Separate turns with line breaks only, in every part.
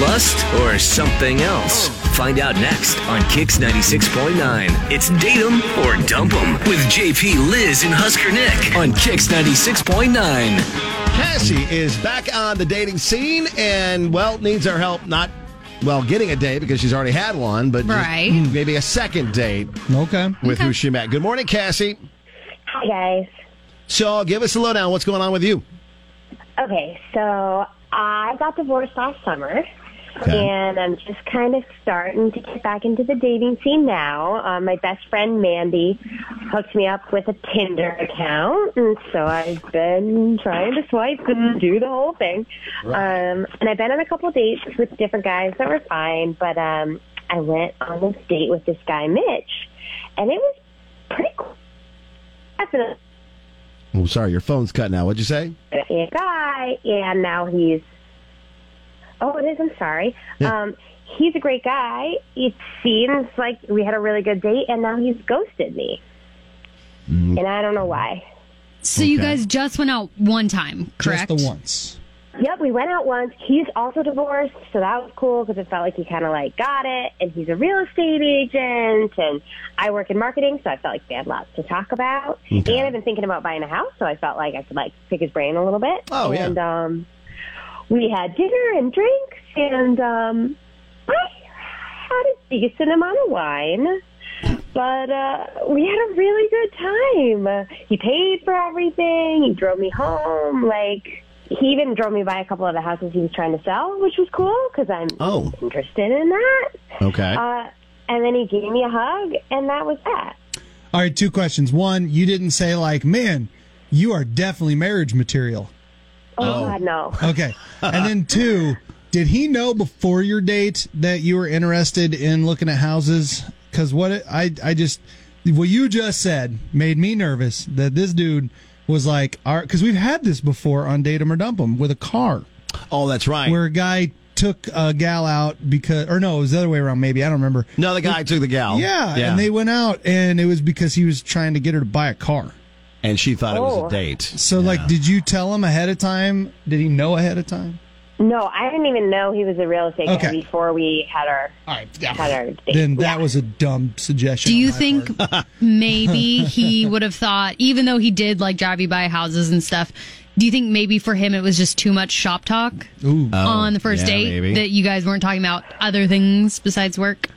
lust, or something else? Find out next on Kix 96.9. It's Date 'em or Dump 'em with JP, Liz, and Husker Nick on Kix 96.9.
Cassie is back on the dating scene and, well, needs our help not, well, getting a date because she's already had one, but just hmm,
Right.
maybe a second date
Okay.
with who she met. Good morning, Cassie.
Hi guys.
So give us a lowdown. What's going on with you?
Okay, so I got divorced last summer,
Okay.
and I'm just kind of starting to get back into the dating scene now. Um, my best friend Mandy hooked me up with a Tinder account, and so I've been trying to swipe and do the whole thing. Um, and I've been on a couple dates with different guys that were fine, but um, I went on this date with this guy Mitch, and it was pretty cool. Definitely.
Oh, sorry, your phone's cutting out. What'd you say?
a guy, and now he's. Oh, it is. I'm sorry.
Yeah.
Um, he's a great guy. It seems like we had a really good date, and now he's ghosted me, and I don't know why.
So you
Okay.
guys just went out one time, correct?
Just the once.
Yep, we went out once. He's also divorced, so that was cool because it felt like he kind of like got it. And he's a real estate agent, and I work in marketing, so I felt like we had lots to talk about.
Okay.
And I've been thinking about buying a house, so I felt like I could like pick his brain a little bit.
Oh, yeah.
and, um, we had dinner and drinks, and um, I had a decent amount of wine. But uh, we had a really good time. Uh, He paid for everything. He drove me home. Like he even drove me by a couple of the houses he was trying to sell, which was cool because I'm
Oh,
interested in that.
okay.
Uh, and then he gave me a hug, and that was that.
All right, two questions. One, you didn't say like, man, you are definitely marriage material.
Oh, God, no.
Okay. and then two, did he know before your date that you were interested in looking at houses? Because what it, I I just what you just said made me nervous that this dude was like, because we've had this before on date 'em or dump 'em with a car.
oh, that's right.
where a guy took a gal out because, or no, it was the other way around. Maybe I don't remember.
no, the guy took the gal.
Yeah, and they went out, and it was because he was trying to get her to buy a car.
and she thought it was
Oh.
a date.
So, like, did you tell him ahead of time? Did he know ahead of time?
No, I didn't even know he was a real estate guy
Okay.
before we had our had our date.
Then that was a dumb suggestion.
Do
on
you
my
think
part.
maybe he would have thought, even though he did like drive you by houses and stuff, do you think maybe for him it was just too much shop talk
Ooh,
on the first
Oh, yeah,
date
maybe.
that you guys weren't talking about other things besides work?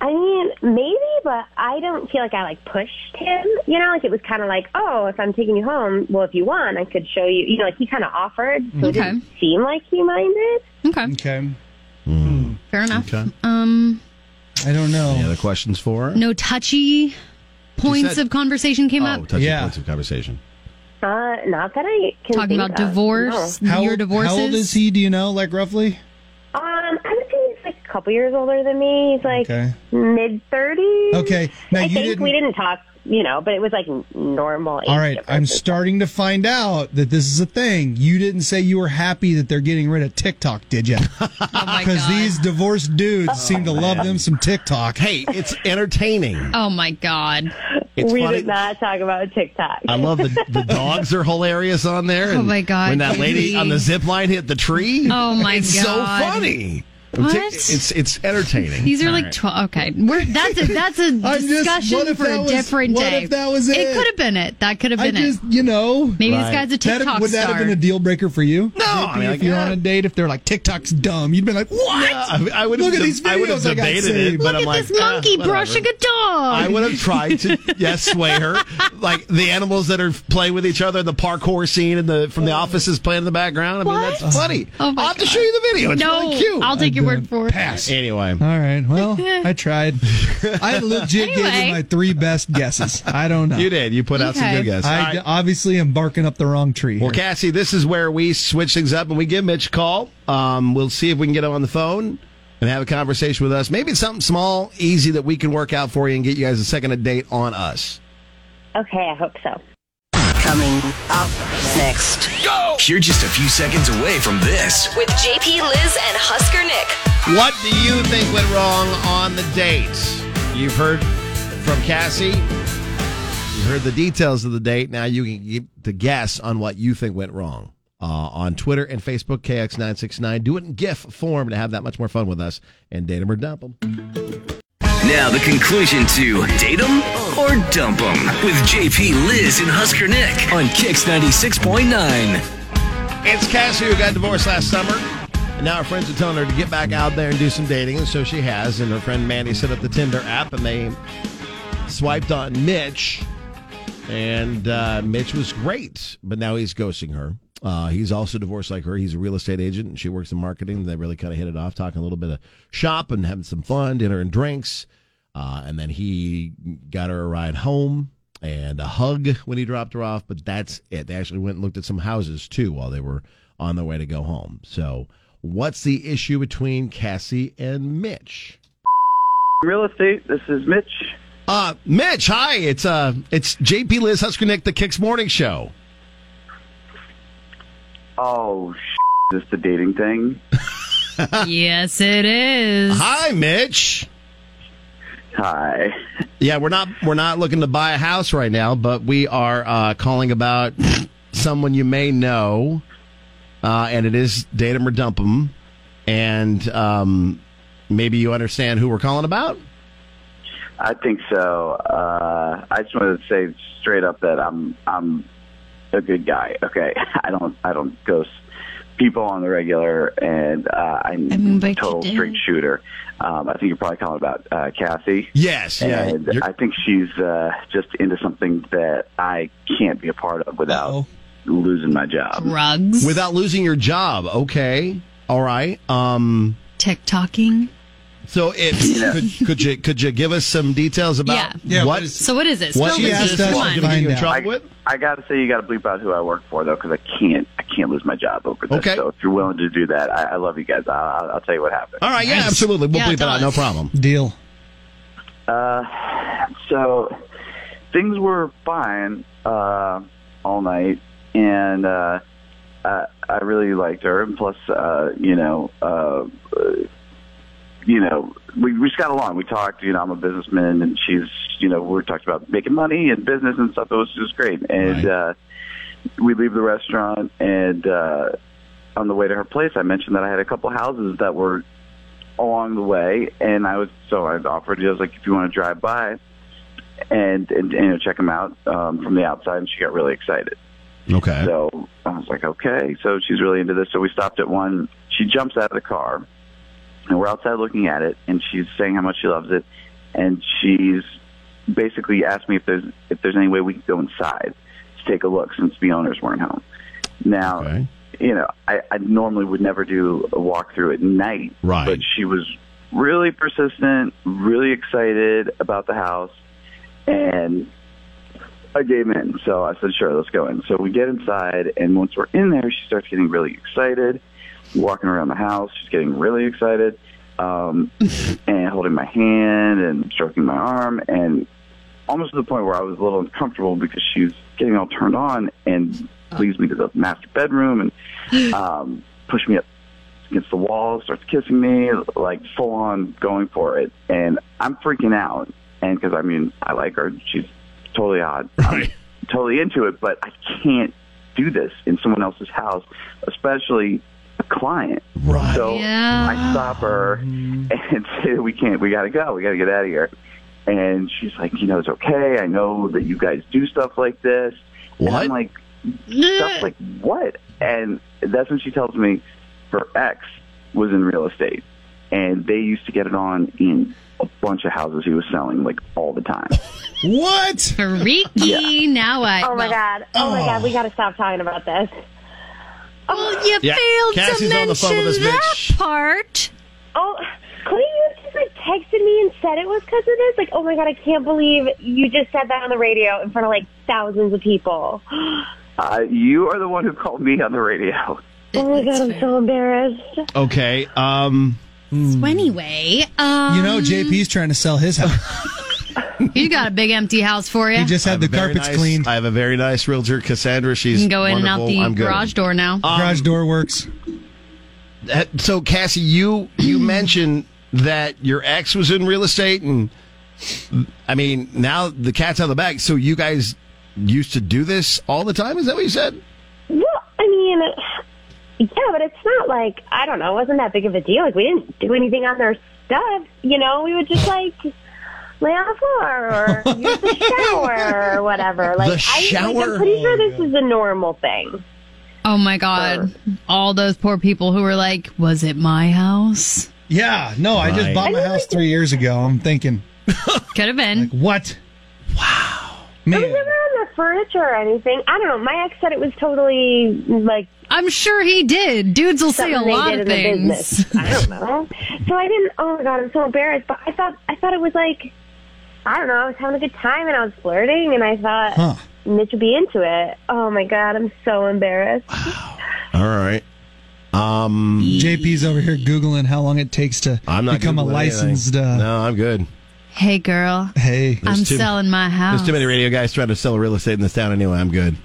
I mean, maybe, but I don't feel like I like pushed him. You know, like it was kind of like, oh, if I'm taking you home, well, if you want, I could show you. You know, like he kind of offered, so it
Okay.
didn't seem like he minded.
Okay,
okay.
fair enough.
Okay.
Um,
I don't
Any
know.
other questions for her?
no touchy points
said-
of conversation came
Oh,
up.
touching
Yeah.
points of conversation.
Uh, not that I can
Talking
think
about
of,
divorce,
How,
your divorces.
how old is he? Do you know, like, roughly?
no. Um, I would say he's like a couple years older than me. He's like
Okay.
mid thirties.
Okay. Now,
I
you
think
didn't.
we didn't talk. You know, but it was like normal. Age
All right, I'm
differences.
starting to find out that this is a thing. You didn't say you were happy that they're getting rid of TikTok, did you?
Oh my
Because
God. Oh,
these divorced dudes seem to love them some TikTok.
Hey, it's entertaining.
Oh my god!
It's
we
funny.
did not talk about TikTok.
Uh,
I love the the dogs are hilarious on there.
Oh, my God,
When that lady
Judy.
on the zip line hit the tree.
Oh, my
it's
God.
so funny.
What?
It's it's entertaining.
These are like twelve. Okay, We're, that's a that's a
I'm just-
discussion
what if
for a
that was-
different
what
day.
if that was it?
could have been it. That could have
I
been
just,
it.
you know,
Maybe
Right.
this guy's a
that,
TikTok
would that
star.
have been a deal breaker for you?
No, I mean,
if
like,
you're
yeah.
on a date, if they're like TikTok's dumb, you'd been like, what?
Yeah, I, I would
Look at these
I would have
videos I got
debated
saved.
it, but
Look
I'm
at
like,
uh,
this monkey
"Ah,
brushing
whatever."
a dog.
I would have tried to, yes, sway her. Like the animals that are playing with each other, the parkour scene, and the from the office is playing in the background. I mean,
Oh. What?
that's funny.
Oh my
I'll have to
God.
show you the video. It's
no,
really cute.
I'll take your word for
done.
it.
anyway,
All right, well, I tried. I legit gave
Anyway.
you my three best guesses. I don't know.
you did. You put out some
Okay.
good guesses. All
I
right.
d- obviously am barking up the wrong tree.
Well,
here.
Cassie, this is where we switch things up and we give Mitch a call. Um, we'll see if we can get him on the phone and have a conversation with us. Maybe it's something small, easy that we can work out for you and get you guys a second date on us.
okay, I hope so.
Coming up next
You're just a few seconds away from this.
With JP, Liz, and Husker Nick.
What do you think went wrong on the date? You've heard from Cassie. You heard the details of the date. Now you can get the guess on what you think went wrong. uh, on Twitter and Facebook, KX969. Do it in GIF form to have that much more fun with us and date 'em or dump 'em.
Now the conclusion to date 'em or dump 'em with JP Liz and Husker Nick on Kix 96.9.
It's Cassie who got divorced last summer. And now her friends are telling her to get back out there and do some dating. And so she has. And her friend Mandy set up the Tinder app and they swiped on Mitch. And uh, Mitch was great, but now he's ghosting her. Uh, he's also divorced like her. He's a real estate agent and she works in marketing. They really kind of hit it off, talking a little bit of shop and having some fun, dinner and drinks. Uh, and then he got her a ride home and a hug when he dropped her off, but that's it. They actually went and looked at some houses too while they were on their way to go home. So, what's the issue between Cassie and Mitch?
Real estate, this is Mitch.
Uh, Mitch, hi. It's uh, it's JP Liz Husker Nick, the Kicks Morning Show.
Oh, sh- is this the dating thing?
yes, it is.
Uh-huh.
Hi, Mitch.
Hi.
Yeah, we're not we're not looking to buy a house right now, but we are uh, calling about someone you may know, uh, and it is date 'em or dump 'em, and um, maybe you understand who we're calling about.
I think so. Uh, I just wanted to say straight up that I'm I'm a good guy. Okay, I don't I don't ghost people on the regular, and uh, I'm
I mean, but
a
you
total
do.
straight shooter. Um, I think you're probably calling about uh, Cassie.
Yes, yeah,
And
you're-
I think she's uh, just into something that I can't be a part of without
Uh-oh.
losing my job.
Drugs.
without losing your job. Okay, all right. Um,
TikToking.
so it could, could you could you give us some details about
Yeah.
Yeah,
what
what is-
So what is it?
what
Spill
she
the
asked
tea.
us
Come
to
on.
is getting you in
Find out.
trouble
I,
with?
I gotta say, you gotta bleep out who I work for though, because I can't, I can't lose my job over this.
Okay.
So if you're willing to do that, I, I love you guys. I, I'll, I'll tell you what happened.
All right, yeah, absolutely. We'll
Yeah,
bleep it
tell
out, no
us.
problem.
Deal.
So things were fine uh, all night, and uh, I, I really liked her. And plus, uh, you know, uh, uh, you know, we, we just got along. We talked. You know, I'm a businessman, and she's, you know, we talked about making money and business and stuff. It was just great. And
Right.
uh, we leave the restaurant, and uh, on the way to her place, I mentioned that I had a couple houses that were along the way, and I was so I offered. I was like, if you want to drive by and and, and you know, check them out um, from the outside, and she got really excited.
Okay.
So I was like, okay. So she's really into this. So we stopped at one. She jumps out of the car, and we're outside looking at it, and she's saying how much she loves it, and she's basically asked me if there's if there's any way we could go inside to take a look since the owners weren't home. Now,
Okay.
you know, I, I normally would never do a walkthrough at night,
Right.
But she was really persistent, really excited about the house, and I gave in. So I said, sure, let's go in. So we get inside, and once we're in there, she starts getting really excited, walking around the house. She's getting really excited, um, and holding my hand and stroking my arm, and almost to the point where I was a little uncomfortable because she was getting all turned on and leads me to the master bedroom and um, pushed me up against the wall, starts kissing me, like full on going for it. And I'm freaking out. And because I mean, I like her. She's totally odd.
Right.
I'm totally into it, but I can't do this in someone else's house, especially a client.
Right.
So
Yeah.
I stop her and say, "We can't. We got to go. We got to get out of here." And she's like, "You know, it's okay. I know that you guys do stuff like this." And
What?
I'm like, "Stuff like what?" And that's when she tells me her ex was in real estate, and they used to get it on in a bunch of houses he was selling like all the time.
What?
Freaky. Now I.
Oh my
well,
god. Oh, my god, we gotta stop talking about this.
Well, you
Yeah,
failed
Cassie's
to
on
mention
the phone with us,
that
bitch.
part.
Oh, couldn't you have just like texted me and said it was because of this? Like, oh my god, I can't believe you just said that on the radio in front of like thousands of people. Oh
Uh, you are the one who called me on the radio.
Oh my god, I'm so embarrassed.
Okay. Um.
So anyway, um,
Mm. You know, JP's trying to sell his house.
you got a big empty house for you.
He just
I
had
have
the
a very
carpets
nice-
cleaned.
I have a very nice realtor, Cassandra. She's
you can go in and out
wonderful.
the
I'm good.
garage door now.
Garage door works.
Uh, So, Cassie, you you mentioned that your ex was in real estate, and I mean, now the cat's out of the bag. So, you guys used to do this all the time? Is that what you said?
Well, I mean, mean, yeah, but it's not like I don't know. It wasn't that big of a deal. Like we didn't do anything on their stuff. You know, we would just like lay on the floor or use the shower or whatever. Like
The
I, like,
shower? Oh
I'm pretty sure this is a normal thing.
Oh my God. All those poor people who were like, was it my house?
Yeah, no, I just
Right.
bought my house three years ago. I'm thinking,
Could have been.
what? Wow, man,
Never on the furniture or anything. I don't know. My ex said it was totally like
I'm sure he did. Dudes will say
something
a
they
lot of
did in the
things.
business. I don't know. So I didn't. Oh my god, I'm so embarrassed. But I thought I thought it was like I don't know. I was having a good time and I was flirting and I thought
Huh.
Mitch would be into it. Oh my god, I'm so embarrassed.
All right. Um,
JP's over here googling how long it takes to
I'm not
become a
Googling
licensed.
anything.
Uh,
no, I'm good.
Hey, girl,
Hey,
I'm
too-
selling my
There's
house.
too many radio guys trying to sell real estate in this town anyway. I'm good.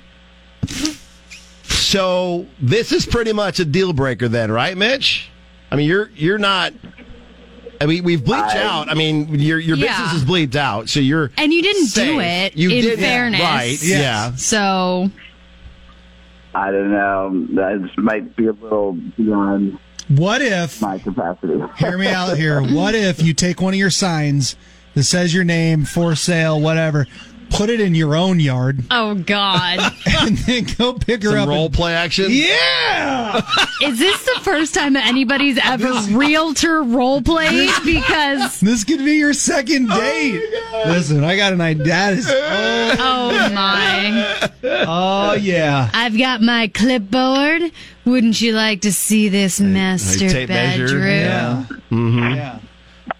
So this is pretty much a deal breaker then, right, Mitch? I mean, you're you're not. I mean, we've bleached out. I mean, your your
Yeah.
business is bleached out, so you're
And you didn't do
safe.
it,
You
in
didn't,
fairness.
right?
Yes.
Yeah.
So,
I don't know. That might be a little beyond
what if?
my capacity.
Hear me out here. What if you take one of your signs that says your name for sale, whatever, put it in your own yard,
oh God,
and then go pick her
Some
up?
role
and-
play action.
yeah.
is this the first time that anybody's ever realtor role played? Because
This could be your second
Oh
date. Listen, I got an idea. That is- oh,
oh my,
oh, yeah.
I've got my clipboard. Wouldn't you like to see this master
tape measure,
bedroom?
Yeah. Yeah.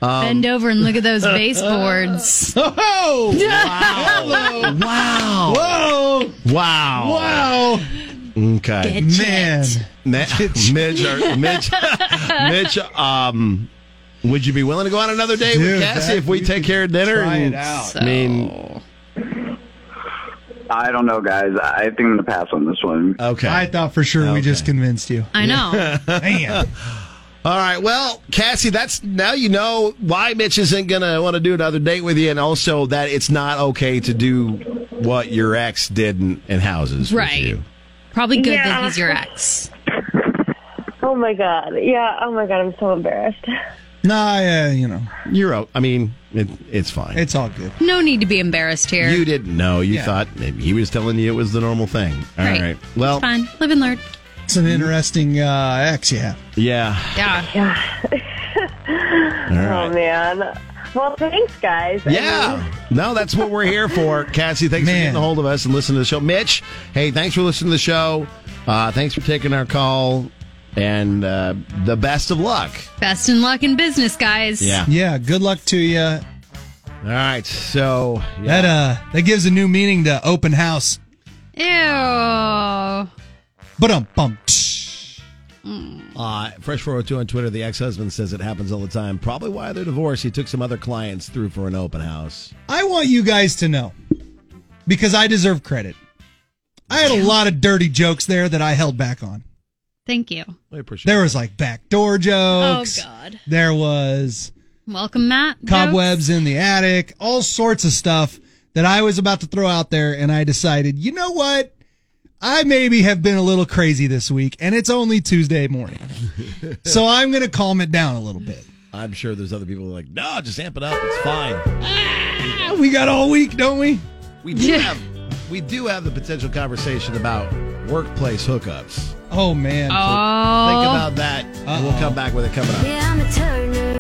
Bend over and look at those baseboards.
Oh, wow.
Wow.
Whoa.
Wow.
Wow.
Okay.
Man.
Ma- Mitch, or, Mitch, Mitch, um, would you be willing to go on another date with
Dude,
Cassie
that-
if we
you
take
could
care of dinner?
try
and-
it out.
I mean,
I don't know, guys. I think I'm going to pass on this one.
okay.
Oh. I thought for sure we just convinced you.
I know.
Man.
All right. Well, Cassie, that's now you know why Mitch isn't going to want to do another date with you, and also that it's not okay to do what your ex did in, in houses. with
Right.
you.
Probably good that
Yeah.
he's your ex.
Oh my god. Yeah. Oh my god, I'm so embarrassed.
Nah, yeah, you know,
You're, o- I mean, it, it's fine.
it's all good.
No need to be embarrassed here.
you didn't know. You
Yeah.
thought maybe he was telling you it was the normal thing. All right.
Right.
Well,
It's fine. Live and learn.
It's an interesting uh, ex you have.
yeah.
Yeah.
All right.
Oh man. Well, thanks, guys. I mean,
Yeah. No, that's what we're here for. Cassie, thanks for
Man.
getting a hold of us and listening to the show. Mitch, hey, thanks for listening to the show. Uh, thanks for taking our call. And uh, the best of luck.
Best in luck in business, guys.
Yeah, good luck to you.
All right. So, yeah.
That uh, that gives a new meaning to open house.
Ew. But
But um, bum.
Uh, Fresh 402 on Twitter, the ex husband says it happens all the time. Probably why they're divorced. He took some other clients through for an open house.
I want you guys to know because I deserve credit. I had a lot of dirty jokes there that I held back on.
Thank you.
I appreciate
There was like backdoor jokes.
Oh, God.
There was
Welcome, Matt.
cobwebs in the attic, all sorts of stuff that I was about to throw out there. And I decided, you know what? I maybe have been a little crazy this week and it's only Tuesday morning. so I'm going to calm it down a little bit.
it. I'm sure there's other people who are like, no, just amp it up. It's fine.
Ah, we got all week, don't we?
We do have we do have the potential conversation about workplace hookups.
Oh, man.
Think about that. and We'll come back with it coming up.
Yeah, I'm a tough